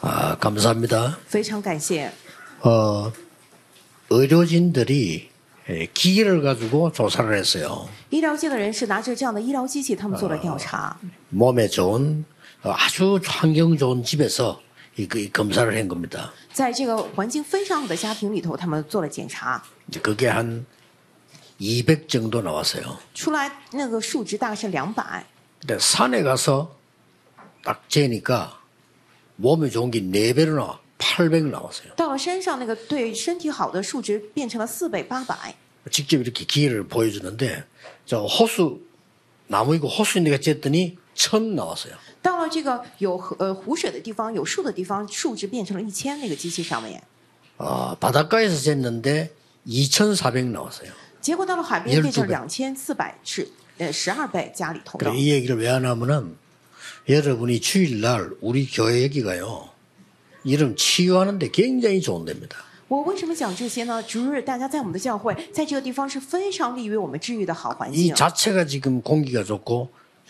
아, 감사합니다. 非常感谢。 어, 의료진들이 예, 기계를 가지고 조사를 했어요. 医疗界的人士拿着这样的医疗机器，他们做了调查，嗯 몸에 좋은 어, 아주 환경 좋은 집에서 이, 그- 이 검사를 한 겁니다. 在这个环境非常好的家庭里头，他们做了检查， 이제 그게 한 200 정도 나왔어요. 出来那个数值大概是两百。 근데 산에 가서 딱 재니까 몸에 좋은 게 4배로 나와. 800 나왔어요. 到了山上，那个对身体好的数值变成了四百、八百。 직접 이렇게 기회를 보여주는데 저 호수 나무 이고 호수 있는 데가 쟀더니 1000 나왔어요. 到了这个有河呃湖水的地方，有树的地方，数值变成了一千。那个机器上面， 아, 바닷가에서 쟀는데 2,400 나왔어요. 结果到了海也边是变成住的两千四百，是呃十二倍家里头的 그래, 。이 얘기를 왜 하냐면은 여러분이 주일날 우리 교회 여기가요. 이런 치유하는데 굉장히 좋은 데입니다. 我为什么讲这些呢？主日大家在我们的教会，在这个地方是非常利于我们治愈的好环 이 境。 자체가 지금 공기가 좋고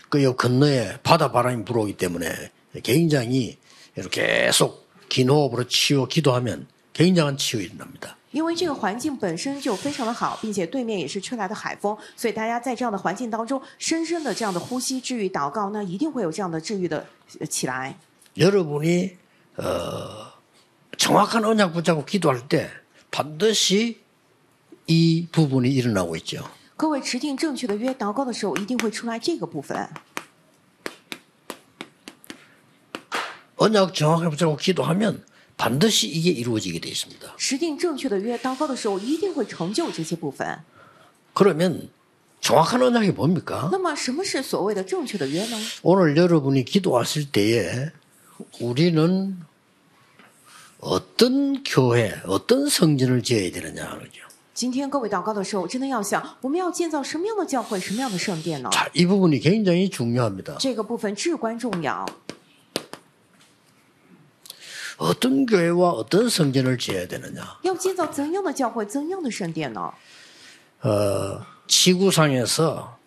그 옆 건너에 바다 바람이 불어오기 때문에 굉장히 이렇게 계속 긴 호흡으로 치유 기도하면 굉장한 치유 일어납니다. 因为这个环境本身就非常的好，并且对面也是吹来的海风，所以大家在这样的环境当中，深深的这样的呼吸治愈祷告，那一定会有这样的治愈的呃起来。 여러분이 어, 정확한 언약 붙잡고 기도할 때 반드시 이 부분이 일어나고 있죠. 各位持定正确的约祷告的时候，一定会出来这个部分。 언약 정확하게 붙잡고 기도하면 반드시 이게 이루어지게 되어 있습니다. 持定正确的约祷告的时候，一定会成就这些部分。 그러면 정확한 언약이 뭡니까? 那么，什么是所谓的正确的约呢？ 오늘 여러분이 기도하실 때에 우리는 어떤 교회, 어떤 성전을 지어야 되느냐 하죠. 今天各位祷告的时候，真的要想，我们要建造什么样的教会，什么样的圣殿呢？ 자, 이 부분이 굉장히 중요합니다. 这个部分至关重要。 어떤 교회와 어떤 성전을 지어야 되느냐. 要建造怎样的教会，怎样的圣殿呢？ 어, 지구상에서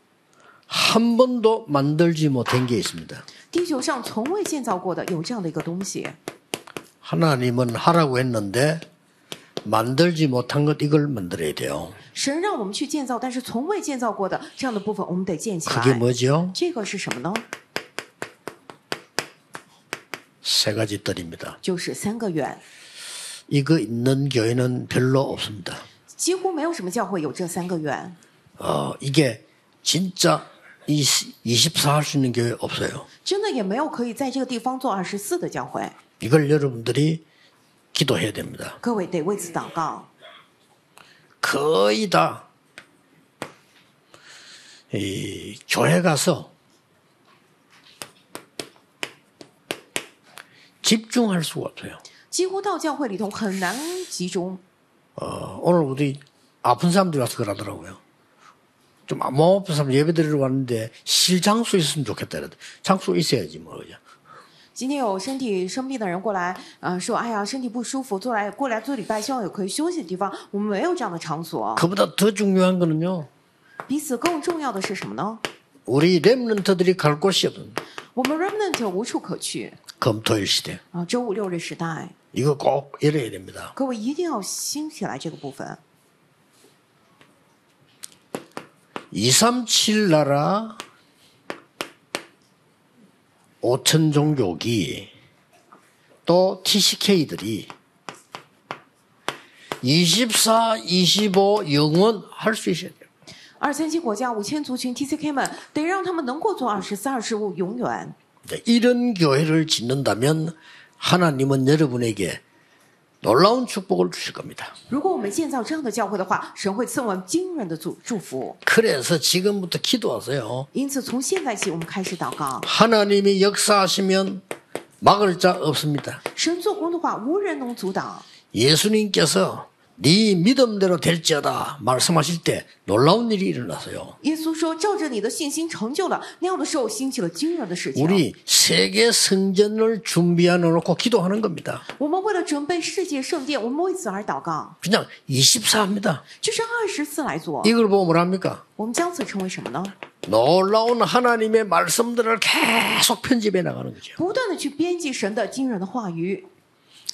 한 번도 만들지 못한 게 있습니다. 地球上从未建造过的有这样的一个东西， 하나님은 하라고 했는데 만들지 못한 것 이걸 만들어야 돼요. 神让我们去建造，但是从未建造过的这样的部分，我们得建起 그게 来。 뭐죠? 这个是什么呢？ 세 가지 뜰입니다. 就是三个圆， 이거 있는 교회는 별로 없습니다. 几乎没有什么教会有这三个圆。 어, 이게 진짜 24 할 수 있는 교회 없어요. 真的也没有可以在这个地方做二十四的教会。 이걸 여러분들이 기도해야 됩니다. 各位得为此祷告。 거의 다, 이, 교회 가서 집중할 수가 없어요. 几乎到教会里头很难集中。 어, 오늘 우리 아픈 사람들이 와서 그러더라고요. 좀 몸 아픈 사람 예배 드리러 왔는데 실 장소 있으면 좋겠다. 그러더 장소 있어야지 뭐. 그죠? 今天有身体生病的人过来，呃，说：“哎呀，身体不舒服，过来过来做礼拜，希望有可以休息的地方。”我们没有这样的场所。 그보다 더 중요한 거는요. 彼此更重要的是什么呢？ 우리 렘런트들이 갈 곳이 없는 我们 remnant 无处可去 검토일 시대. 啊！周五六日时代， 이거 꼭 열어야 됩니다. 各位一定要兴起来这个部分。 237 나라 5천 종교기 또 TCK들이 24, 25 영원 할 수 있어야 돼요. 二三七国家五千族群 TCK 们，得让他们能够做二十四、二十五，永远。 네, 이런 교회를 짓는다면 하나님은 여러분에게 놀라운 축복을 주실 겁니다. 如果我们建造这样的教会的话，神会赐我们惊人的祝祝福。 그래서 지금부터 기도하세요. 因此，从现在起，我们开始祷告。 하나님이 역사하시면 막을 자 없습니다. 神做工的话，无人能阻挡。 예수님께서 네 믿음대로 될지어다 말씀하실 때 놀라운 일이 일어났어요. 耶稣说：“照着你的信心成就了。”那样的时候，兴起了惊人的事情。 우리 세계 성전을 준비하는 놓고 기도하는 겁니다. 我们为了准备世界圣殿，我们为此而祷告， 그냥 24입니다. 就是二十四来做。 이걸 보고 뭐랍니까? 我们将此称为什么呢？ 놀라운 하나님의 말씀들을 계속 편집해 나가는 거죠. 不断的去编辑神的惊人的话语。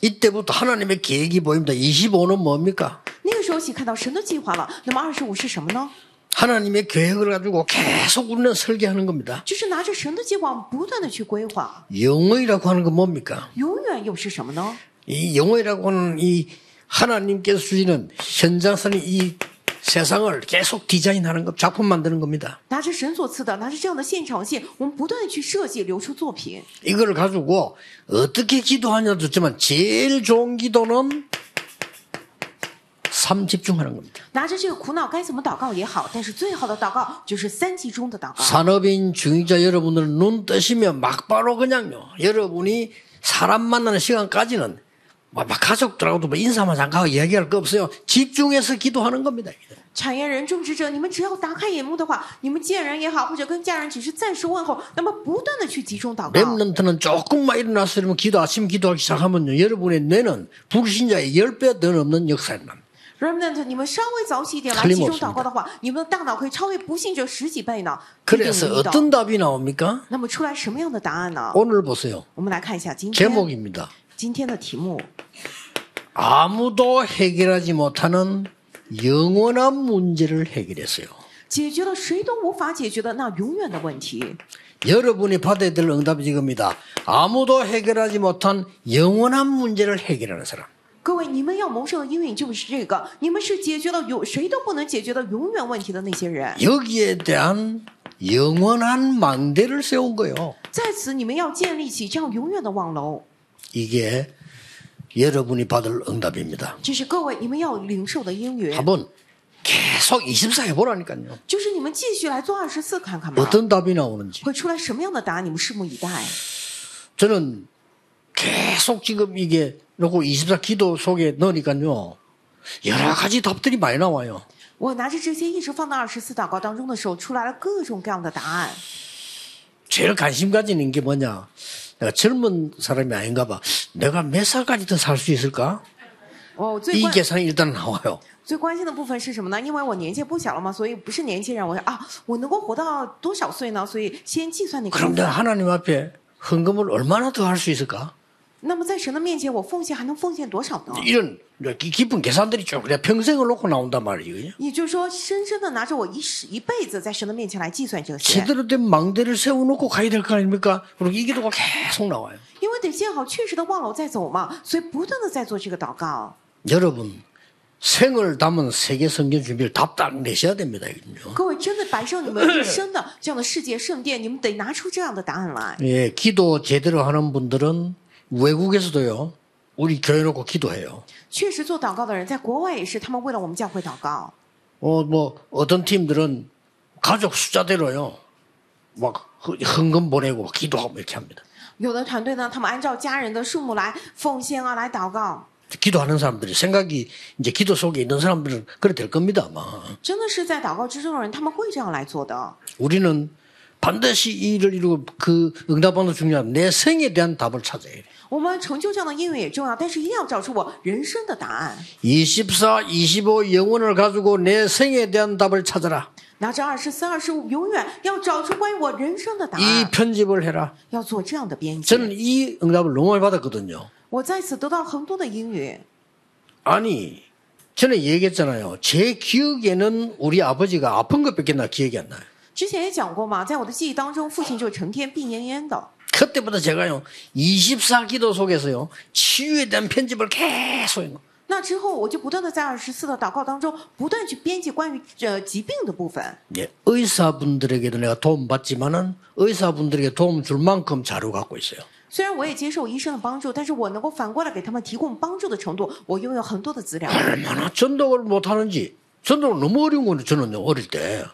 이때부터 하나님의 계획이 보입니다. 25는 뭡니까? 那个时候起看到神的计划了。那么二十五是什么呢？ 하나님의 계획을 가지고 계속 우리는 설계하는 겁니다. 就是拿着神的计划，我们不断的去规划。 영어이라고 하는 건 뭡니까? 永远又是什么呢？ 이 영어이라고 하는 이 하나님께서 주시는 현장선이 이 세상을 계속 디자인하는 것, 작품 만드는 겁니다. 拿着神所赐的，拿着这样的现场线，我们不断的去设计，流出作品。 이걸 가지고 어떻게 기도하냐도 좋지만 제일 좋은 기도는 삼 집중하는 겁니다. 拿着这个苦恼该怎么祷告也好，但是最好的祷告就是三集中的祷告。 산업인 중위자 여러분들은 눈 뜨시면 막바로 그냥요. 여러분이 사람 만나는 시간까지는 막 가족들하고도 뭐 인사만 잠깐 하고 얘기할 거 없어요. 집중해서 기도하는 겁니다. 产业人、种植者，你们只要打开眼目的话，你们见人也好，或者跟家人只是暂时问候，那么不断的去集中祷告。 랩런트는 조금만 일어났으면 기도 아침 기도하기 시작하면요. 여러분의 뇌는 불신자의 10배 더 넘는 역사에 납니다. Remnant，你们稍微早起一点来 틀림없습니다 集中祷告的话，你们的大脑可以超越不信者十几倍呢。一定 그래서 能遇到 어떤 답이 나옵니까? 那么出来什么样的答案呢？ 오늘 보세요. 我们来看一下今天 제목입니다. 今天的题目： 아무도 해결하지 못하는 영원한 문제를 해결했어요. 解决了谁都无法解决的那永远的问题。 여러분이 받아야 될 응답이 지금입니다. 아무도 해결하지 못한 영원한 문제를 해결하는 사람. 各位，你们要蒙受的应允就是这个，你们是解决了永谁都不能解决的永远问题的那些人。 여기에 대한 영원한 망대를 세운 거예요. 在此，你们要建立起这样永远的望楼。 이게 여러분이 받을 응답입니다. 这是各位你们要领受的应允， 예. 한번 계속 24 해보라니까요. 就是你们继续来做二十四看看吧， 어떤 답이 나오는지. 会出来什么样的答案？你们拭目以待。 저는 계속 지금 이게 놓고 24 기도 속에 넣으니까요. 여러 가지 답들이 많이 나와요. 我拿着这些一直放到二十四祷告当中的时候，出来了各种各样的答案。 제일 관심 가지는 게 뭐냐? 내가 젊은 사람이 아닌가 봐. 내가 몇 살까지 더 살 수 있을까? 我哦最 이 关 계산이 일단 나와요. 最关心的部分是什么呢？因为我年纪不小了嘛，所以不是年轻人，我啊，我能够活到多少岁呢？所以先计算那个 그럼 部 내가 分。 하나님 앞에 헌금을 얼마나 더 할 수 있을까? 那么在神的面前，我奉献还能奉献多少呢？ 이런 기- 깊은 계산들이 쭉 내가 평생을 놓고 나온단 말이에요. 也就是说，深深的拿着我一世一辈子在神的面前来计算这些， 제대로 된 망대를 세워놓고 가야 될 거 아닙니까? 그리고 이 기도가 계속 나와요. 因为得建好确实的望楼再走嘛，所以不断的在做这个祷告。 여러분 생을 담은 세계 성경 준비를 답답 내셔야 됩니다. 이건요. 各位，真的白上你们一生的这样的世界圣殿，你们得拿出这样的答案来。 예, 기도 제대로 하는 분들은 외국에서도요. 우리 교회 놓고 기도해요. 确实，做祷告的人在国外也是，他们为了我们教会祷告。 어, 뭐 어떤 팀들은 가족 숫자대로요. 막 헌- 헌금 보내고 기도하고 이렇게 합니다. 有的团队呢，他们按照家人的数目来奉献啊，来祷告。 기도하는 사람들이 생각이 이제 기도 속에 있는 사람들은 그래 될 겁니다. 아마 真的是在祷告之中的人，他们会这样来做的。 우리는 반드시 이 일을 이루고 그 응답하는 중요한 내 생에 대한 답을 찾아야 돼. 我们成就这样的应允也重要，但是一定要找出我人生的答案。 24, 25 영혼을 가지고 내 생에 대한 답을 찾아라. 拿着二十四、二十五，永远要找出关于我人生的答 이 案。 편집을 해라. 要做这样的编辑。 저는 이 응답을 너무 많이 받았거든요. 我在此得到很多的英语。 아니, 전에 얘기했잖아요. 제 기억에는 우리 아버지가 아픈 것밖에 나 기억이 안 나요. 之前也讲过嘛，在我的记忆当中，父亲就成天病恹恹的。 그때부터 제가요, 24 기도 속에서요, 치유에 대한 편집을 계속 해요. 那之后，我就不断的在二十四的祷告当中，不断去编辑关于呃疾病的部分。 예, 의사분들에게도 내가 도움 받지만은 의사분들에게 도움 줄 만큼 자료 갖고 있어요. 虽然我也接受医生的帮助，但是我能够反过来给他们提供帮助的程度，我拥有很多的资料。 얼마나 전도를 못하는지. 전도를 너무 어려운 거는 저는요, 어릴 때.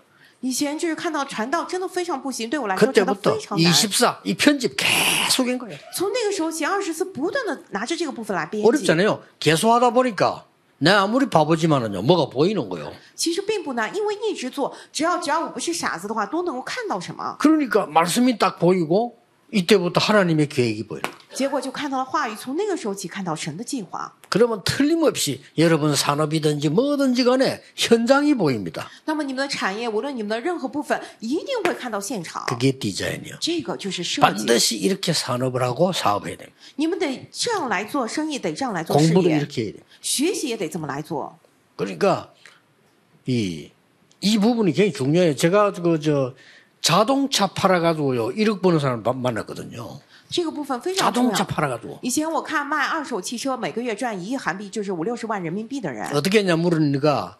以前就是看到传道真的非常不行，对 아, 我来说真的 그때부터 非常难。 24, 이 편집 계속 한 거예요. 从那个时候起，二十四不断的拿着这个部分来编辑， 어렵잖아요. 계속 하다 보니까 내가 아무리 바보지만은요, 뭐가 보이는 거요. 其实并不难，因为一直做，只要只要我不是傻子的话，都能够看到什么。 그러니까 말씀이 딱 보이고 이때부터 하나님의 계획이 보여요. 结果就看到了话语，从那个时候起看到神的计划。 그러면 틀림없이 여러분 산업이든지 뭐든지 간에 현장이 보입니다. 那么你们的产业，无论你们的任何部分，一定会看到现场。 그게 디자인이요. 这个就是设计， 반드시 이렇게 산업을 하고 사업해야 됩니다. 你们得这样来做生意，得这样来做事 공부를 业， 이렇게 해야 돼요. 学习也得这么来做。 그러니까 이, 이 부분이 굉장히 중요해요. 제가 그 저 자동차 팔아가지고요 1억 버는 사람 만- 만났거든요. 这个部分非常重 자동차 要。 팔아가지고 以前我看卖二手汽车每个月赚一亿韩币，就是五六十万人民币的人， 어떻게 했냐 물으니까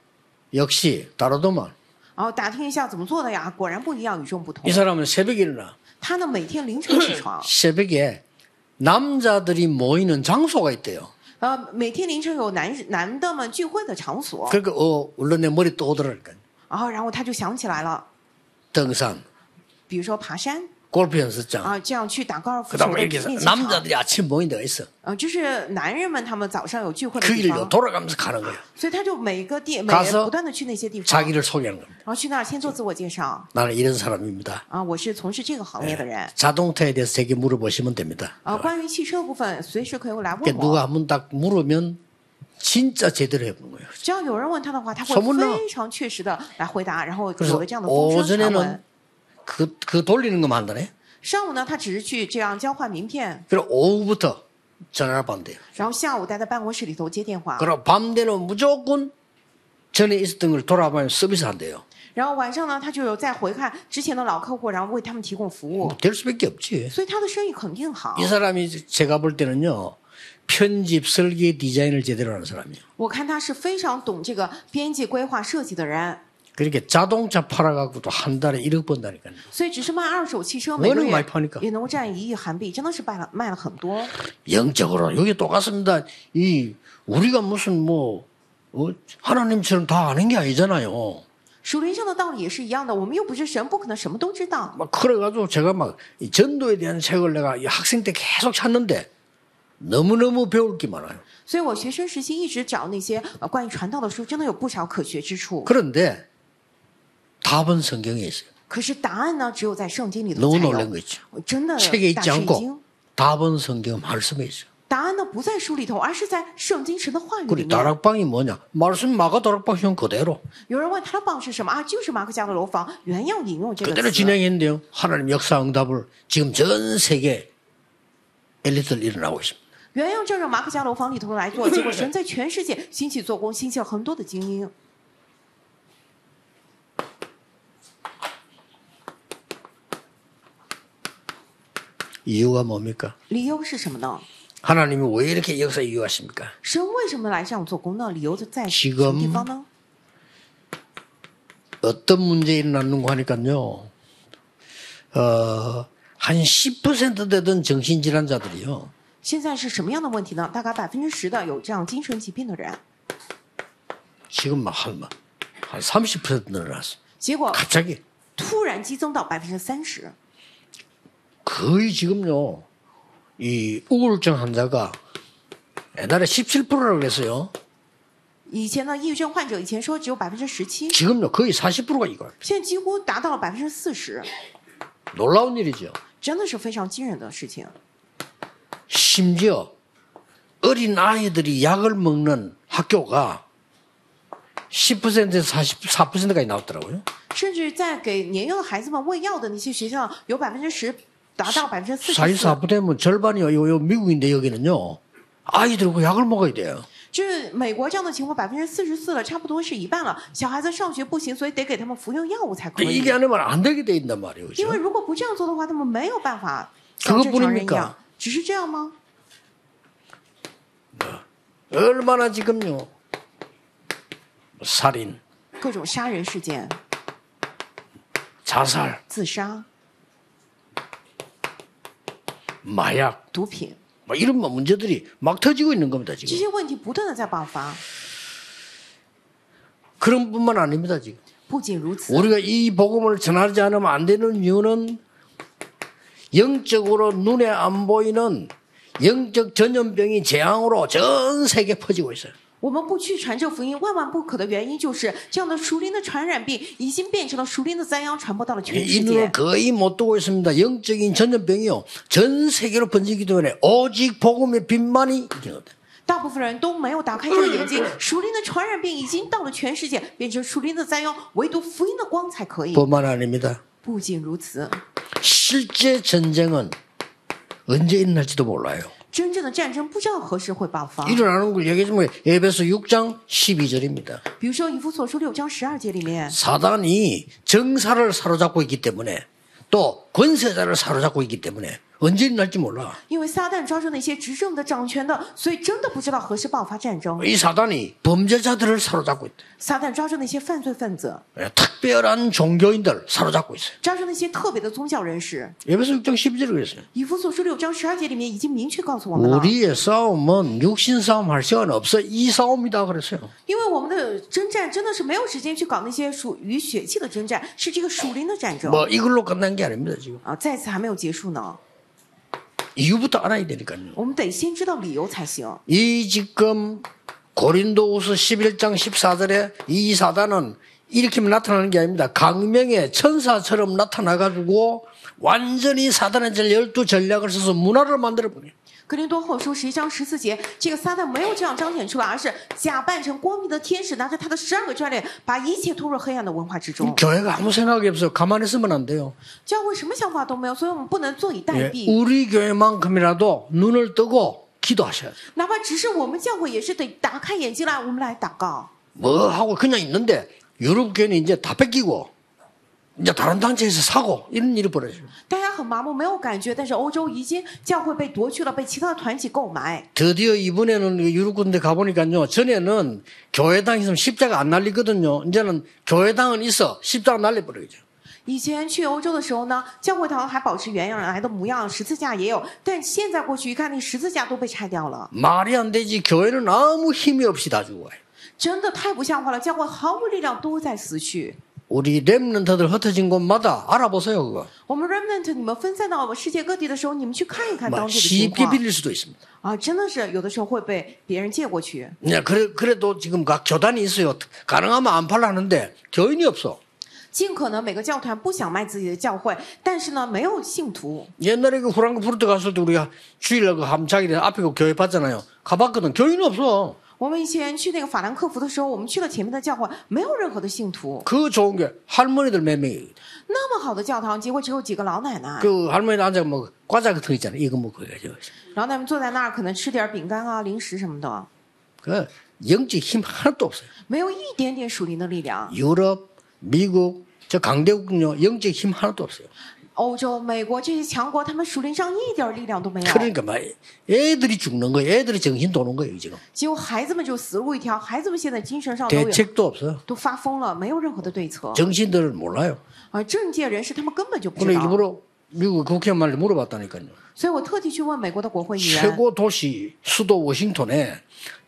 역시 다르더만 然后打听一下怎么做的呀，果然不一样，与众不同 이 。 사람은 새벽에 일어나 ，他呢每天凌晨起床 새벽에 남자들이 모이는 장소가 있대요. 呃，每天凌晨有男男的们聚会的场所， 그러니까 어 물론 내 머리 떠오더라니까 然后然后他就想起来了， 등산, 比如说爬山 골프 연습장. 啊，这样去打高尔夫球的 그다음에 아, 이렇게 练习场， 남자들이 아침 모인 데가 있어. 呃，就是男人们他们早上有聚会的 그 地 길로 方， 돌아가면서 가는 거예요. 所以他就每个地每 가서 不断的去那些地方， 자기를 소개하는 겁니다. 然后去那儿先做自我介绍 나는 이런 사람입니다. 啊，我是从事这个行哎业的人。 자동차에 대해서 되게 물어보시면 됩니다. 呃，关于汽车的部分，随时可以来问 그러니까 我。 누가 한 번 딱 물으면 진짜 제대로 해보는 거예요. 只要有人问他的话，他什么会呢哦非常确实的来回答，然后有 그래서 了这样的风声传闻 오전에는 。 그, 그 돌리는 것만 한다네. 上午呢，他只是去这样交换名片， 그리고 오후부터 전화를 받는대요. 然后下午待在办公室里头接电话， 그리고 밤 되면 무조건 전에 있었던 걸 돌아보면 서비스 한대요. 然后晚上呢，他就有再回看之前的老客户，然后为他们提供服务， 될 수밖에 없지. 所以他的生意肯定好 이 。 사람이 제가 볼 때는요. 편집, 설계, 디자인을 제대로 하는 사람이에요. 我看他是非常懂这个编辑、规划、设计的人， 그렇게 그러니까 자동차 팔아갖고도 한 달에 1억 번다니까요. 所以只是卖二手汽车，每个我能买月跑你个也能够赚一亿韩币，真的是卖了卖了很多。 영적으로 여기 똑같습니다. 이 우리가 무슨 뭐 어, 하나님처럼 다 아는 게 아니잖아요. 属灵上的道理也是一样的，我们又不是神，不可能什么都知道。 막 그래가지고 제가 막이 전도에 대한 책을 내가 이 학생 때 계속 찾는데 너무너무 배울 게 많아요. 所以我学生时期一直找那些呃关于传道的书，真的有不少可学之处。 그런데 답은 성경에 있어요. 可是答案呢，只有在圣经里头 너무 才 놀란 有 거 。 있죠. 我真的 책에 大 있지 吃一惊 않고 。 답은 성경 말씀에 있어요. 答案呢不在书里头，而是在圣经神的话语里 그리 面。 다락방이 뭐냐? 말씀 마가 다락방형 그대로 有人问他的榜是什么啊？就是马可家的楼房，原样引用这 그대로 个词。 진행했는데요. 하나님 역사 응답을 지금 전 세계 엘리트들 일어나고 있습니다. 原样照着马可家楼房里头来做，结果神在全世界兴起做工，兴起了很多的精英。 이유가 뭡니까? 理由是什么呢？ 하나님이 왜 이렇게 역사에 유하십니까? 神为什么来这样做工呢？理由就在 지금 什么地方呢？ 어떤 문제 일어났는고 하니까요. 어, 한 10% 되던 정신질환자들이요. 现在是什么样的问题呢？大概百分之十的有这样精神疾病的人， 지금 막한30% 늘어났어. 结果 갑자기 突然激增到百分之三十， 거의 지금요. 이 우울증 환자가 옛날에 17%라고 그랬어요. 以前呢，抑郁症患者以前说只有百分之十七， 지금요. 거의 40%가 이거. 现在几乎达到了百分之四十， 놀라운 일이죠. 真的是非常惊人的事情。 심지어 어린 아이들이 약을 먹는 학교가 10%에서 44%까지 나왔더라고요. 甚至在给年幼的孩子们喂药的那些学校，有百分之十达到百分之四十四， 44%면 뭐 절반이요. 요, 요 미국인데 여기는요. 아이들하고 그 약을 먹어야 돼요. 就是美国这样的情况百分之四十四了，差不多是一半了。小孩子上学不行，所以得给他们服用药物才可 근데 以 이게 。 아니면 안 되게 돼 있단 말이에요. 因为 그죠? 如果不这样做的话，他们没有办法像 그것 正常人一 뿐입니까 样。只是这样吗？ 얼마나 지금요. 뭐 살인, 各种杀人事件、 자살, 自杀、 마약, 毒品 뭐 이런 뭐 문제들이 막 터지고 있는 겁니다. 这 지금. 些问题不断的在爆发。 그런 뿐만 아닙니다. 지금. 不仅如此， 우리가 이 복음을 전하지 않으면 안 되는 이유는 영적으로 눈에 안 보이는 영적 전염병이 재앙으로 전 세계 퍼지고 있어요. 我们不去传这福音，万万不可的原因就是这样的熟龄的传染病已经变成了熟龄的灾殃，传播到了全世界 인도를 。 거의 못 두고 있습니다. 영적인 전염병이요. 전 세계로 번지기 때문에 오직 복음의 빛만이 이기는 겁니다. 大部分人都没有打开这个眼睛，熟龄的传染病已经到了全世界，变成熟龄的灾殃，唯独福音的光才可以。 뿐만 아닙니다. 不仅如此， 실제 전쟁은 언제 일어날지도 몰라요. 真正的战争不知道何时会爆发。 일어나는 걸 얘기하자면 에베소 6장 12절입니다. 比如说以弗所书六章十二节里面， 사단이 정사를 사로잡고 있기 때문에 또 권세자를 사로잡고 있기 때문에 언제 일어날지 몰라. 因为撒旦抓住那些执政的、掌权的，所以真的不知道何时爆发战争。 이 사단이 범죄자들을 사로잡고 있다. 撒旦抓住那些犯罪分子， 특별한 종교인들 사로잡고 있어요. 抓住那些特别的宗教人士。 에베소 6장 12절을 그랬어요. 以弗所书六章十二节里面已经明确告诉我们了， 우리의 싸움은 육신 싸움 할 시간 없어. 이 싸움이다 그랬어요. 因为我们的征战真的是没有时间去搞那些属于血气的征战，是这个属灵的战争 뭐 이걸로 끝난 게 아닙니다 지금. 啊！再次还没有结束呢， 이유부터 알아야 되니까요. 我们得先知道理由才行。 이 지금 고린도후서 11장 14절에 이 사단은 이렇게 나타나는 게 아닙니다. 강명의 천사처럼 나타나가지고 완전히 사단의 전 열두 전략을 써서 문화를 만들어 버려요. 格林多后书十一章十四节，这个撒旦没有这样彰显出来，而是假扮成光明的天使，拿着他的十二个专列，把一切拖入黑暗的文化之中。 교회가 아무 생각이 없어요. 가만히 있으면 안 돼요. 教会什么想法都没有，所以我们不能坐以待 예, 毙。 우리 교회만큼이라도 눈을 뜨고 기도하셔야 돼요. 哪怕只是我们教会，也是得打开眼睛来，我们来祷告。 뭐 하고 그냥 있는데 유럽 교회는 이제 다 뺏기고 이제 다른 단체에서 사고 이런 일이 벌어져요. 大家很麻木，没有感觉，但是欧洲已经教会被夺去了，被其他的团体购买。 드디어 이번에는 유럽 군데 가보니까요. 전에는 교회당 있으면 십자가 안 날리거든요. 이제는 교회당은 있어 십자가 날려버리죠. 以前去欧洲的时候呢，教会堂还保持原样来的模样，十字架也有，但现在过去一看，那十字架都被拆掉了， 말이 안 되지. 교회는 아무 힘이 없이 다 죽어요. 真的太不像话了。教会毫无力量，都在死去。 우리 렘넌트들 흩어진 곳마다 알아보세요 그거. 我们 remnant，你们分散到世界各地的时候，你们去看一看当 막 地的情 쉽게 况 빌릴 수도 있습니다. 啊，真的是有的时候会被别人借过去。 네, 그냥 그래, 그래도 지금 각 교단이 있어요. 가능하면 안 팔라는데 교인이 없어. 尽可能每个教团不想卖自己的教会，但是呢，没有信徒。 옛날에 그 호랑이 푸르트 갔을 때 우리가 주일날 그 함창이네 앞에 그 교회 봤잖아요. 가봤거든. 교인이 없어. 我们以前去那个法兰克福的时候，我们去了前面的教会，没有任何的信徒。 그 좋은 게 할머니들 몇 명이. 那么好的教堂，结果只有几个老奶奶， 그 할머니들 앉아 뭐 과자 같은 거 있잖아요. 이거 먹고 해가지고. 老奶奶们坐在那儿，可能吃点饼干啊、零食什么的， 그 영적 힘 하나도 없어요. 没有一点点属灵的力量。 유럽, 미국, 저 강대국은요. 영적 힘 하나도 없어요. 欧洲、美国这些强国，他们属灵上一点力量都没有， 그러니까 막 애들이 죽는 거예요. 애들이 정신 도는 거예요. 지금. 结果孩子们就死路一条。孩子们现在精 아, 神上都有 대책도 없어요. 어. 都发疯了，没有任何的对策。 정신들을 몰라요. 而政界人士他们根本就不 근데 知道， 일부러 미국 국회의원한테 물어봤다니까요. 所以我特地去问美国的国 예. 会议员。 최고 도시 수도 워싱턴에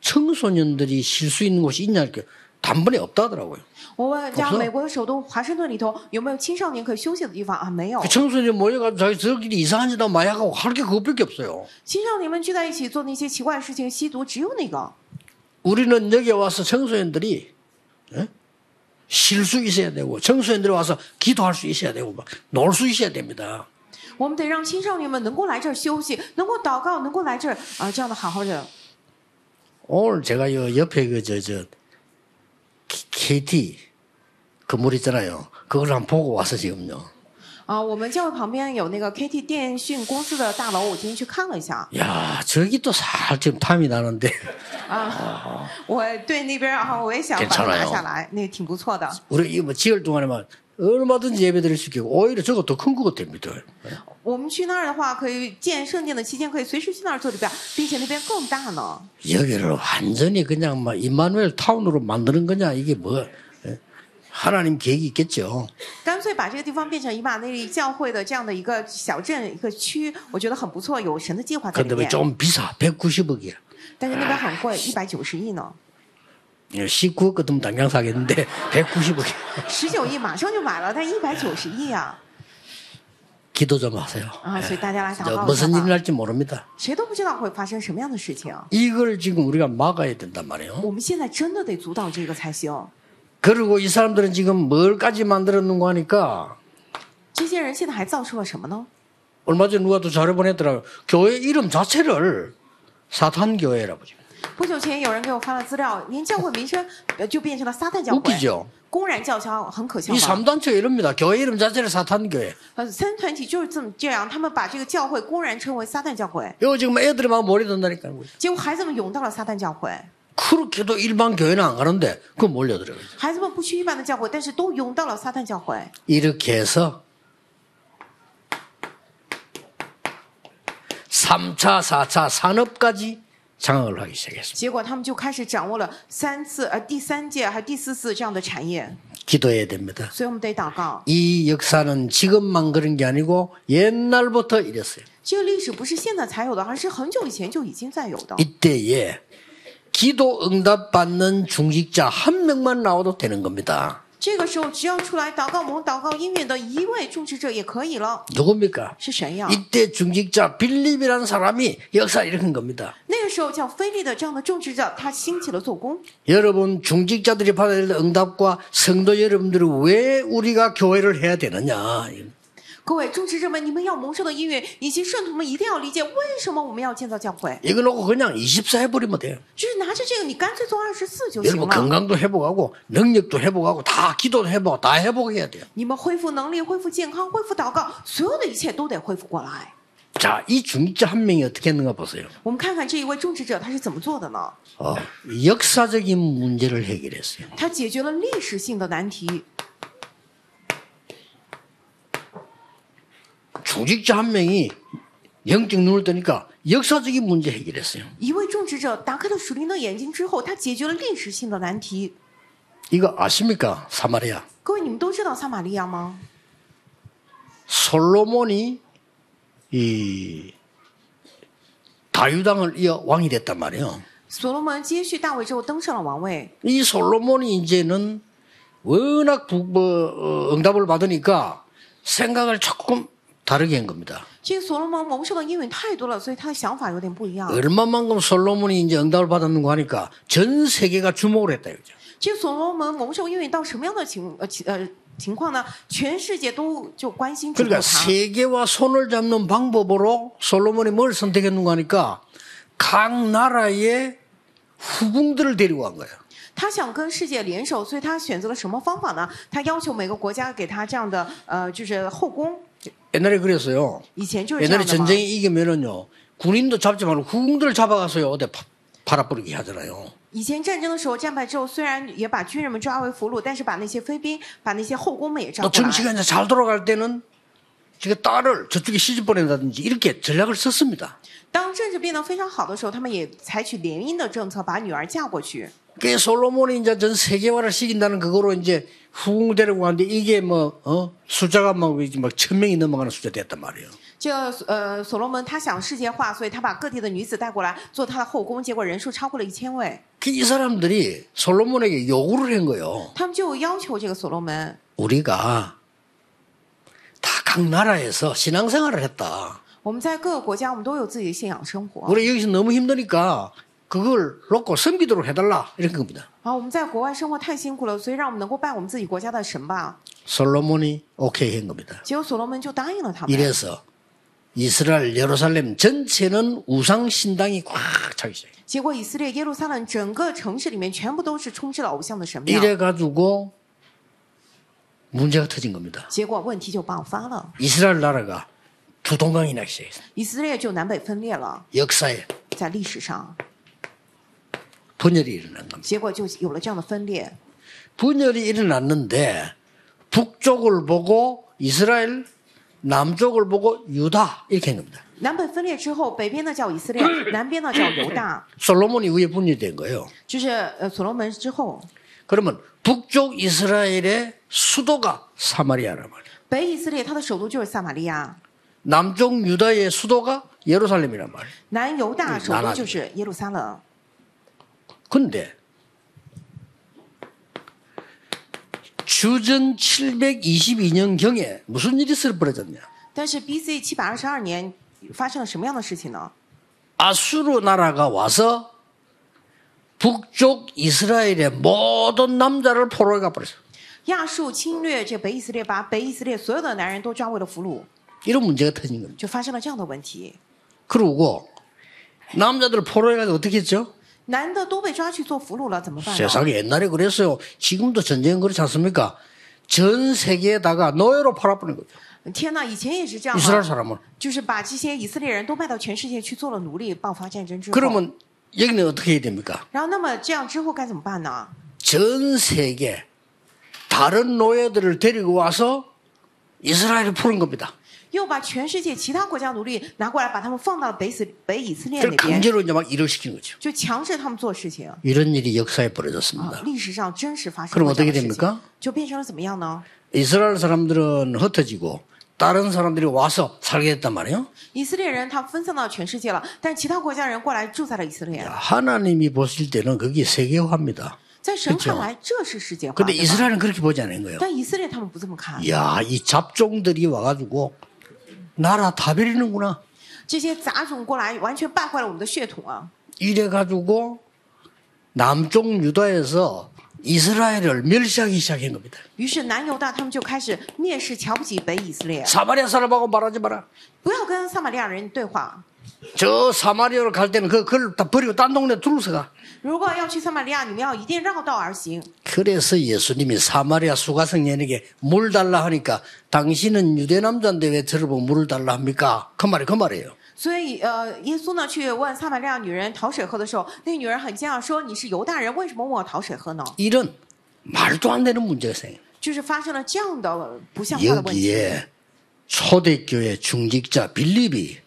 청소년들이 쉴 수 있는 곳이 있냐 이렇게 단번에 없다 하더라고요. 그 我问不家是美国的首都华盛顿里头有没有青少年可以休息的地方啊？没有 그 ， 청소년 모여가지고 자기 저끼리 이상한 짓 하고 마약하고 할 게 그것밖에 없어요. 青少年们聚在一起做那些奇怪的事情，吸毒只有那个。 우리는 여기 와서 청소년들이 예? 쉴 수 있어야 되고 청소년들이 와서 기도할 수 있어야 되고 놀 수 있어야 됩니다. 我们得让青少年们能够来这儿休息，能够祷告，能够来这儿啊，这样的好好的。 오늘 제가 요 옆에 그저저 KT 그 건물 있잖아요. 그걸 한번 보고 와서 지금요. 啊，我们教会旁边有那个 KT 电讯公司的大楼，我今天去看了一下 야 저기 또 살 지금 탐이 나는데. 啊，我对那边啊，我也想给把它撤了拿哟下来，那个挺不错的。 우리 이뭐 지을 동안에만 얼마든지 예배 드릴 수 있고 오히려 저거 더 큰 거가 됩니다. 我们去那儿的话，可以建圣殿的期间可以随时去那儿做礼拜，并且那边更大呢。 여기를 완전히 그냥 막 임마누엘 타운으로 만드는 거냐 이게 뭐 예? 하나님 계획이 있겠죠. 干脆把这个地方变成以马内利教会的这样的一个小镇一个区，我觉得很不错，有神的计划在里 근데 面 왜 。좀 비싸 190억이야. 但是那边很贵，一百九十亿呢， 19억 같으면 예, 당장 사겠는데 190억이야. 十九亿马上就买了，但一百九十亿啊， 기도 좀 하세요. 啊，所以大家来祷 저 告一 무슨 下 일이 吧。 날지 모릅니다. 谁都不知道会发生什么样的事情， 이걸 지금 우리가 막아야 된단 말이에요. 我们现在真的得阻挡这个才行。 그리고 이 사람들은 지금 뭘까지 만들었는가 하니까 这些人现在还造出了什么呢？ 얼마 전에 누가 또 자료 보냈더라. 교회 이름 자체를 사탄교회라고. 지금. 不久前有人给我发了资料，连教会名称呃就变成了撒旦教会， 웃기죠? 公然叫嚣，很可笑 이 吧？ 삼단체 이럽니다. 교회 이름 자체를 사탄교회. 呃，三团体就是这么这样，他们把这个教会公然称为撒旦教会， 이거 지금 애들이 막 몰려든다니까요. 结果孩子们涌到了撒旦教会， 그렇게도 일반 교회는 안 가는데 그 몰려들어요. 孩子们不去一般的教会，但是都涌到了撒旦教会。 이렇게 해서 3차, 4차 산업까지 장악을 하기 시작했습니다. 结果他们就开始掌握了三次呃第三届还第四次这样的产业， 기도해야 됩니다. 所以我们得祷告。 이 역사는 지금만 그런 게 아니고 옛날부터 이랬어요. 这个历史不是现在才有的，而是很久以前就已经在有的。 이때에 기도 응답 받는 중직자 한 명만 나와도 되는 겁니다. 这个时候只要出来祷告蒙祷告应允的一位种植者也可以了， 누굽니까? 是谁呀？ 이때 중직자 빌립이라는 사람이 역사를 일으킨 겁니다. 那个时候叫菲利的这样的种植者，他兴起了做工。 여러분 중직자들이 받아야 될 응답과 성도 여러분들이 왜 우리가 교회를 해야 되느냐. 各位种植者们，你们要蒙受的应允，以及圣徒们一定要理解，为什么我们要建造教会？ 이거 놓고 그냥 24 해버리면 돼요. 就是拿着这个，你干脆做二十四就行 여러분 了。 건강도 회복하고 능력도 회복하고 다 기도도 회복하고 다 회복해야 돼요. 你们恢复能力、恢复健康、恢复祷告，所有的一切都得恢复过来。 자, 이 중직자 한 명이 어떻게 했는가 보세요. 我们看看这一位种植者他是怎么做的呢？ 어, 역사적인 문제를 해결했어요. 他解决了历史性的难题。 중직자 한 명이 영적 눈을 뜨니까 역사적인 문제 해결했어요. 一位种植者打开了属灵的眼睛之后，他解决了历史性的难题。 이거 아십니까? 사마리아. 各位，你们都知道撒玛利亚吗？ 솔로몬이 이 다윗왕을 이어 왕이 됐단 말이에요. 所罗门接续大卫之后登上了王位。 이 솔로몬이 이제는 워낙 부, 뭐, 어, 응답을 받으니까 생각을 조금 다르게 한 겁니다. 这个所罗门蒙受的应允太多了，所以他的想法有点不一样。 얼마만큼 솔로몬이 이제 응답을 받았는가 하니까 전 세계가 주목을 했다 이거죠. 这个所罗门蒙受应允到什么样的情呃情呃情况呢？全世界都就关心瞩目 그러니까 他。 세계와 손을 잡는 방법으로 솔로몬이 뭘 선택했는가 하니까 각 나라의 후궁들을 데리고 간 거예요. 他想跟世界联手，所以他选择了什么方法呢？他要求每个国家给他这样的呃，就是后宫。 옛날에 그랬어요. 以前就是这 옛날에 样的嘛。 예, 전쟁에 이기면은요 군인도 잡지 말고 후궁들을 잡아가서요 어디 파- 팔아버리게 하잖아요. 以前战争的时候，战败之后，虽然也把军人们抓为俘虏，但是把那些妃兵、把那些后宫们也招 또 过来。 정치가 이제 잘 돌아갈 때는 지금 딸을 저쪽에 시집 보낸다든지 이렇게 전략을 썼습니다. 当政治变得非常好的时候，他们也采取联姻的政策，把女儿嫁过去。 그 솔로몬이 이제 전 세계화를 시킨다는 그거로 이제 후궁 데리고 갔는데 이게 뭐 어? 숫자가 막막천 명이 넘어가는 숫자 됐단 말이에요. 这呃，所罗门他想世界化，所以他把各地的女子带过来做他的后宫，结果人数超过了一千位。 그 이 사람들이 솔로몬에게 요구를 한 거예요. 他们就要求这个所罗门， 우리가 다 각 나라에서 신앙생활을 했다. 我们在各个国家，我们都有自己的信仰生活， 우리 여기서 너무 힘드니까 그걸 놓고 섬기도록 해달라 이런 겁니다. 然后我们在国外生活太辛苦了，所以让我们能够拜我们自己国家的神吧。 솔로몬이 오케이 한 겁니다. 结果所罗门就答应了他们， 이래서 이스라엘 예루살렘 전체는 우상 신당이 꽉 차기 시작해요. 结果以色列耶路撒冷整个城市里面全部都是充斥了偶像的神庙， 이래 가지고 문제가 터진 겁니다. 结果问题就爆发了， 이스라엘 나라가 두 동강이 나기 시작했어요. 以色列就南北分裂了， 역사에 在历史上， 분열이 일어난 겁니다. 结果就有了这样的分裂。 분열이 일어났는데 북쪽을 보고 이스라엘 남쪽을 보고 유다 이렇게 한 겁니다. 南北分裂之后，北边呢叫以色列，南边呢叫犹大， 솔로몬이 위에 분열된 거예요. 就是呃所罗门之后， 그러면 북쪽 이스라엘의 수도가 사마리아란 말이에요. 北以色列它的首都就是撒玛利亚， 남쪽 유다의 수도가 예루살렘이란 말이에요. 南犹大首拿都了就是耶路撒冷。 근데 주전 722년경에 무슨 일이 있어 벌어졌냐? 但是 B.C. 七百二十二年发生了什么样的事情呢？ 아수르 나라가 와서 북쪽 이스라엘의 모든 남자를 포로해 가버렸어. 亚述侵略这北以色列，把北以色列所有的男人都抓为了俘虏， 이런 문제가 터진 겁니다. 就发生了这样的问题。 그리고 남자들 포로해 가지고 어떻게 했죠? 男的都被抓去做俘虏了，怎么办呢？ 세상에 옛날에 그랬어요. 지금도 전쟁 그렇지 않습니까? 전 세계에다가 노예로 팔아버린 거죠. 天哪，以前也是这样 이스라엘 吗？ 사람을. 就是把这些以色列人都卖到全世界去做了奴隶，爆发战争之后。 그러면 여기는 어떻게 해야 됩니까? 然后，那么这样之后该怎么办呢？ 전 세계 다른 노예들을 데리고 와서 이스라엘을 푸는 겁니다. 又把全世界其他国家奴隶拿过来，把他们放到北死北以色列那 그걸 边， 강제로 이제 막 일을 시키는 거죠. 就强制他们做事情。 이런 일이 역사에 벌어졌습니다. 历史上真实发生过 그럼어떻 这 게 样的事 됩니까 情，就变成了怎么样呢？ 이스라엘 사람들은 흩어지고 다른 사람들이 와서 살게 됐단 말이에요. 以色列人他分散到全世界了，但其他国家人过来住在了以色列。 하나님이 보실 때는 그게 세계화입니다. 在神看来，这是世界化。 근데 对吧 이스라엘은 그렇게 보지 않은 거예요. 但以色列他们不这么看， 이야, 이 잡종들이 와가지고 나라 다 베리는구나. 这些杂种过来完全败坏了我们的血统啊！ 이래가지고 남쪽 유다에서 이스라엘을 멸시하기 시작한 겁니다. 于是南犹大他们就开始蔑视、瞧不起北以色列， 사마리아 사람하고 말하지 마라. 不要跟撒玛利亚人对话。 저 사마리아로 갈 때는 그, 그걸 다 버리고 딴 동네 둘러서 가. 如果要去撒玛利亚，你们要一定绕道而行。 그래서 예수님이 사마리아 수가성 여인에게 물 달라 하니까 당신은 유대 남자인데 왜 저를 보고 물을 달라 합니까? 그 말이 그 말이에요. 所以，呃，耶稣呢去问撒玛利亚女人讨水喝的时候，那个女人很惊讶说：“你是犹大人，为什么问我讨水喝呢 이런 말도 안 되는 문제가 생겨요. ？”就是发生了这样的不像话的问题。 여기에 초대교회 중직자 빌립이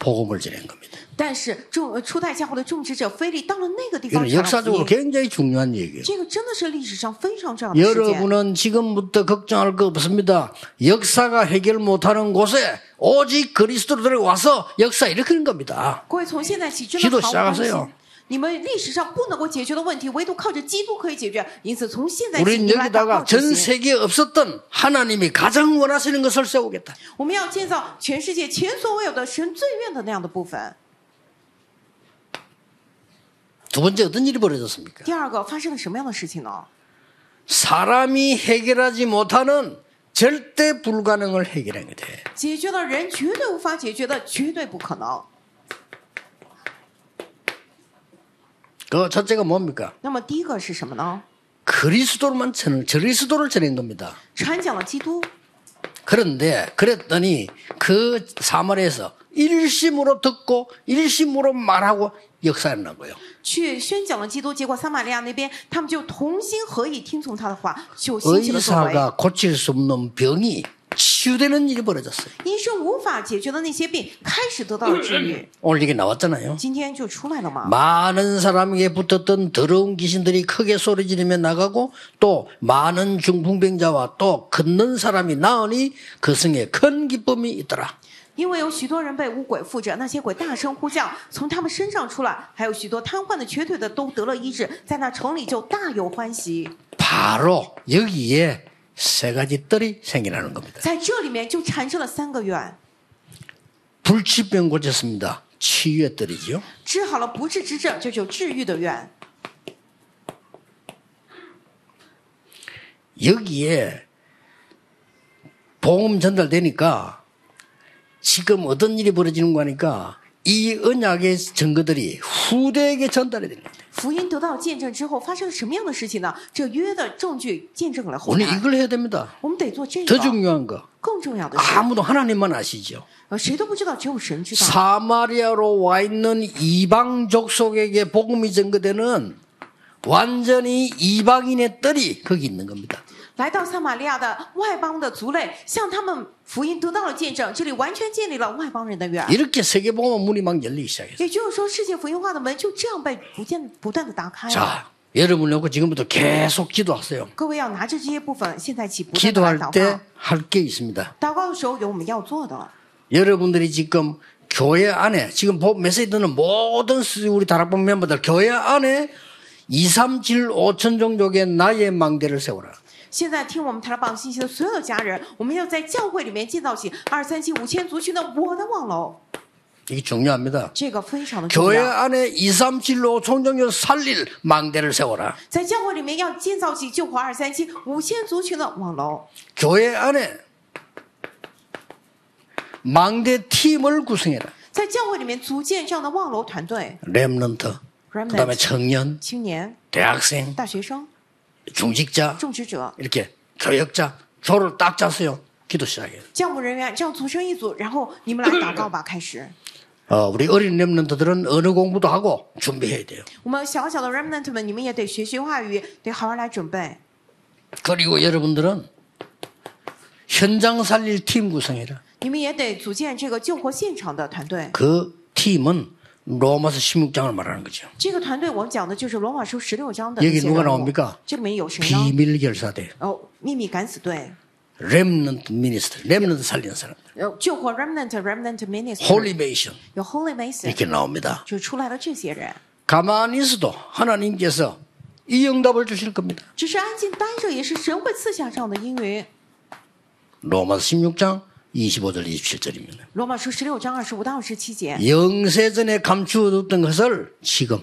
복음을 전한 겁니다. 但是众呃初代教会的种植者菲利到了那个地方 이건 传了福 역사적으로 音， 굉장히 중요한 얘기예요. 这个真的是历史上非常重要的事件。 여러분은 지금부터 걱정할 거 없습니다. 역사가 해결 못하는 곳에 오직 그리스도로 들어와서 역사 일으키는 겁니다. 各位，从现在起真基督的毫下无个关是系有。你们历史上不能够解决的问题，唯独靠着基督可以解决。因此，从现在起， 우린 你们来祷告 여기다가 这 전 些。 세계에 없었던 하나님이 가장 원하시는 것을 세우겠다. 我们要建造全世界前所未有的神最愿的那样的部分。 두 번째 어떤 일이 벌어졌습니까? 第二个发生了什么样的事情呢？ 사람이 해결하지 못하는 절대 불가능을 해결한 거다. 解决了人绝对无法解决的，绝对不可能。 그 첫째가 뭡니까? 那么第一个是什么呢？ 그리스도로만 전한, 그리스도를 전한 겁니다. 传讲了基督， 그런데 그랬더니 그 사마리에서 일심으로 듣고 일심으로 말하고 역사를 난 거예요. 去宣讲了基督，结果撒玛利亚那边他们就同心合意听从他的话，就兴起了作为。 의사가 고칠 수 없는 병이 치유되는 일이 벌어졌어요. 医生无法解决的那些病开始得到了治愈， 오늘 이게 나왔잖아요. 今天就出来了嘛。 많은 사람에게 붙었던 더러운 귀신들이 크게 소리 지르며 나가고 또 많은 중풍병자와 또 걷는 사람이 나으니 그 성에 큰 기쁨이 있더라. 因为有许多人被污鬼附着，那些鬼大声呼叫，从他们身上出来；还有许多瘫痪的、瘸腿的都得了医治，在那城里就大有欢喜。 바로 여기에 세 가지 뜰이 생겨나는 겁니다. 在这里面就产生了三个愿， 불치병 고쳤습니다. 치유의 뜰이죠. 治好了不治之症，这就治愈的愿。 여기에 복음 전달되니까 지금 어떤 일이 벌어지는 거니까 이 언약의 증거들이 후대에게 전달이 됩니다. 福音得到见证之后，发生了什么样的事情呢？这约的证据见证了后 오늘 来， 이걸 해야 됩니다. 我们得做这 더 个。 중요한 거 更重要的是， 아무도 하나님만 아시죠. 呃，谁都不知道，只有神知啊道。 사마리아로 와 있는 이방 족속에게 복음이 전거되는 완전히 이방인의 뜰이 거기 있는 겁니다. 来到撒玛利亚的外邦的族类，向他们福音得到了见证，这里完全建立了外邦人的愿。 이렇게 세계 복음 문이 막 열리기 시작했어요. 也就是说，世界福音化的门就这样被不断不断的打开了。 자, 여러분 놓고 지금부터 계속 기도하세요. 各位要拿着这些部分，现在起不断 기도할 的来祷 때 告。 할 게 있습니다. 祷告的时候有我们要做的， 여러분들이 지금 교회 안에 지금 보- 메시지 듣는 모든 수- 우리 다락방 멤버들 교회 안에 2, 3, 7, 5천 종족의 나의 망대를 세워라. 现在听我们台拉榜信息的所有的家人，我们要在教会里面建造起二三七五千族群的我的网楼， 이게 중요합니다. 这个非常的重 교회 要。 안에 2, 3, 7로 총정교 살릴 망대를 세워라. 在教会里面要建造起救活二三七五千族群的网楼， 교회 안에 망대 팀을 구성해라. 在教会里面组建这样的网楼团队 렘넌트, 그 다음에 ，remnant 청년, 青年、 대학생, 大学生、 중직자, 种植者、 이렇게 교역자, 조를 딱 짰어요. 기도 시작해요. 教务人员，这样组成一组，然后你们来祷告吧，开始。 어, 우리 어린 렘넌트들은 언어 공부도 하고 준비해야 돼요. 我们小小的 remnant 们，你们也得学习话语，得好好来准备。 그리고 여러분들은 현장 살릴 팀 구성해라. 你们也得组建这个救活现场的团队。 그 팀은 로마서 16장을 말하는 거죠. 这个团队我们讲的就是罗马书十六章的 여기 一些 누가 人物 나옵니까 这里面有谁呢？ 비밀 결사대, 哦，秘密敢死队， 렘넌트 미니스트, 렘넌트 살리는 사람, 呃，救活 remnant remnant ministry， 홀리베이션 有 holy mason， 이렇게 나옵니다. 就出来了这些人。 가만히 있어도 하나님께서 이 응답을 주실 겁니다. 只是安静待着，也是神会赐下这样的应允。 로마서 16장 25절 27절입니다. 罗马书十六章二十五到二十七节， 영세전에 감추어뒀던 것을 지금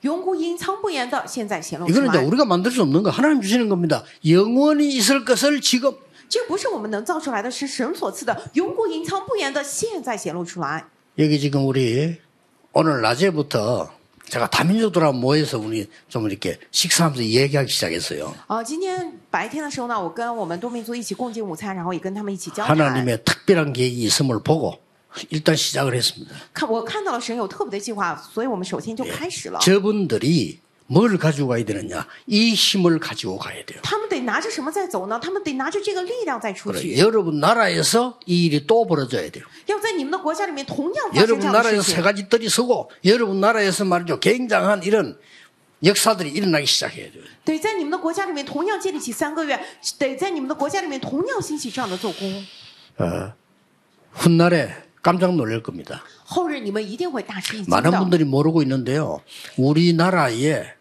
永古隐藏不言的，现在显露出 이거는 이제 来。 우리가 만들 수 없는 거 하나님 주시는 겁니다. 영원히 있을 것을 지금 这不是我们能造出来的，是神所赐的，永古隐藏不言的，现在显露出来。 여기 지금 우리 오늘 낮에부터 제가 다민족들하고 모여서 우리 좀 이렇게 식사하면서 얘기하기 시작했어요. 啊，今天白天的时候呢，我跟我们多民族一起共进午餐，然后也跟他们一起交谈。 하나님의 특별한 계획이 있음을 보고 일단 시작을 했습니다. 看我看到了神有特别的计划，所以我们首先就开始了。 저분들이 뭘 가지고 가야 되느냐? 이 힘을 가지고 가야 돼요. 他们得拿着什么再走呢？他们得拿着这个力量再出 그래, 去， 여러분 나라에서 이 일이 또 벌어져야 돼요. 要在你们的国家里面同样发生这 여러분 样的事 나라에서 세 情。 가지 뜰이 서고 여러분 나라에서 말이죠 굉장한 이런 역사들이 일어나기 시작해야 돼요. 得在你们的国家里面同样建立起三个月，得在你们的国家里面同样兴起这样的做工。 어, 훗날에 깜짝 놀랄 겁니다. 后日你们一定会大吃一惊 많은 的。 분들이 모르고 있는데요. 우리나라에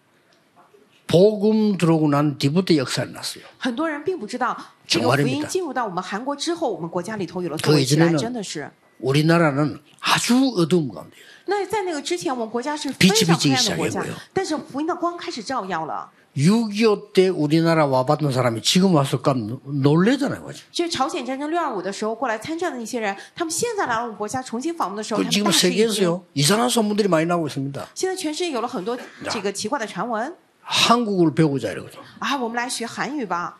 복음 들어오고 난 뒤부터 역사를 났어요. 很多人并不知道，这个 정말입니다 福音进入到我们韩国之后，我们国家里头有了 그 作为起来，真的是。 우리나라는 아주 어두운 가운데요. 那在那个之前，我们国家是非常黑暗的国家 빛이비치기시작해요 ，但是福音的光开始照耀了。 6.25 때 우리나라 와봤던 사람이 지금 와서 깜 놀래잖아요. 그죠? 就是朝鲜战争六二五的时候过来参战的那些人，他们现在来到我们国家重新访问的时候， 그 他们 지금 大吃一惊。 세계에서요 이상한 소문들이 많이 나오고 있습니다. 现在全世界有了很多这个奇怪的传闻 한국을 배우자 이러거든요. 啊，我们来学韩语吧，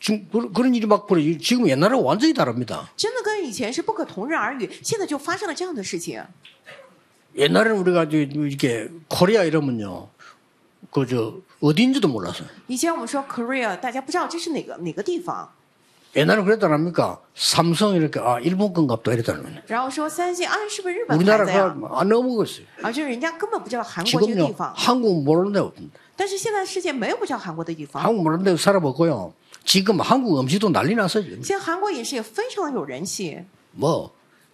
지금 그런- 그런 일이 막 벌어요. 지금 옛날하고 완전히 다릅니다. 真的跟以前是不可同日而语。现在就发生了这样的事情。 옛날에는 우리가 이제 이렇게 코리아 이러면요 그 저 어디인지도 몰랐어요. 以前我们说 Korea，大家不知道这是哪个哪个地方， 옛날에 그랬다 합니까? 삼성 이렇게 아 일본 건가 보다 이랬다는 거예요. 然后说三星啊是不是日本牌子 우리나라가 呀？ 안 넘어갔어요. 啊，就是人家根本不知道韩国这个地 지금요 方， 한국 모르는 데 없습니다. 但是现在世界没有不知道韩国的地方。 한국 모르는 데 살아보고요. 지금 한국 음식도 난리 났어요. 지금. 现在韩国饮食也非常的有人气， 뭐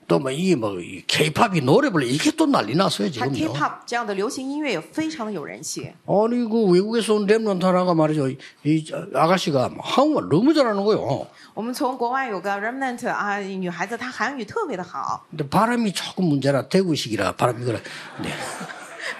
또뭐이뭐 K-팝이 노래 불러 이게 또 난리 났어요 지금요. 它 K-pop 这样的流行音乐也非常的有人气。 아니 그 외국에서 온 랩런트 하나가 말이죠. 이- 이 아가씨가 한국말 너무 잘하는 거예요. 我们从国外有个 remnant 啊，女孩子她韩语特别的好， 근데 바람이 조금 문제라 대구식이라 바람이 그래. 네.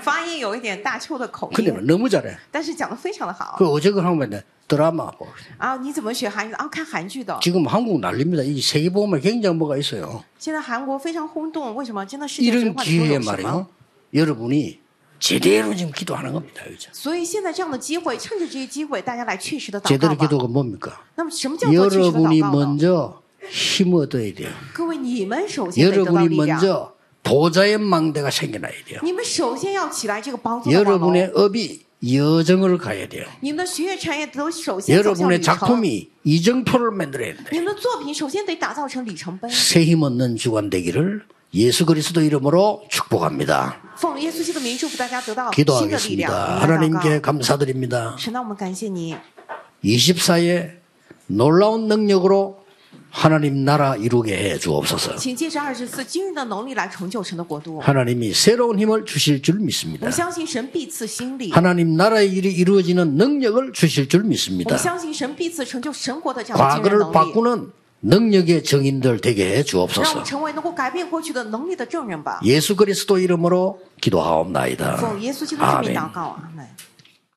发音有一点大邱的口 근데 뭐 音， 너무 잘해. 但是讲的非常的好。 그 어제 그 한번 봤는데 드라마 뭐. 啊，你怎么学韩语的？啊，看韩剧的。 지금 한국 난립니다. 이 세계보험에 굉장히 뭐가 있어요. 现在韩国非常轰动，为什么？真的世界文 이런 化里都 기회에 有什么？ 말이요. 여러분이 제대로 지금 기도하는 겁니다. 그죠? 所以现在这样的机会，趁着这些机会，大家来确实的祷 제대로 告吧。 기도가 뭡니까? 那么什么叫做确实的 여러분이 祷告呢？ 먼저 힘 얻어야 돼요. 各位，你们首先得得到 여러분이 力量， 먼저 보좌의 망대가 생겨나야 돼요. 你们首先要起来这个帮 어, 助的网络 여러분의 업이 여정을 가야 돼요. 你们的学业产业得首先走向旅 여러분의 程， 작품이 이정표를 만들어야 돼요. 你们的作品首先得打造成里程碑。 새 힘 얻는 주간 되기를 예수 그리스도 이름으로 축복합니다. 奉耶稣基督的名祝福大家得到新的力量。 기도하겠습니다. 我们来祷告 하나님께 감사드립니다. 神啊，我们感谢你， 24에 놀라운 능력으로 하나님 나라 이루게 해 주옵소서. 请借着二十四今日的能力来成就神的国度。 하나님이 새로운 힘을 주실 줄 我 믿습니다. 相信神必赐新力， 하나님 나라의 일이 이루어지는 능력을 주실 줄 我 믿습니다. 们相信神必赐成就神国的这样的惊人 과거를 能力， 바꾸는 능력의 증인들 되게 해 让我们 주옵소서. 成为能够改变过去的能力的证人吧。 예수 그리스도 이름으로 기도하옵나이다. 奉耶稣基督之名 아멘. 祷告，阿门。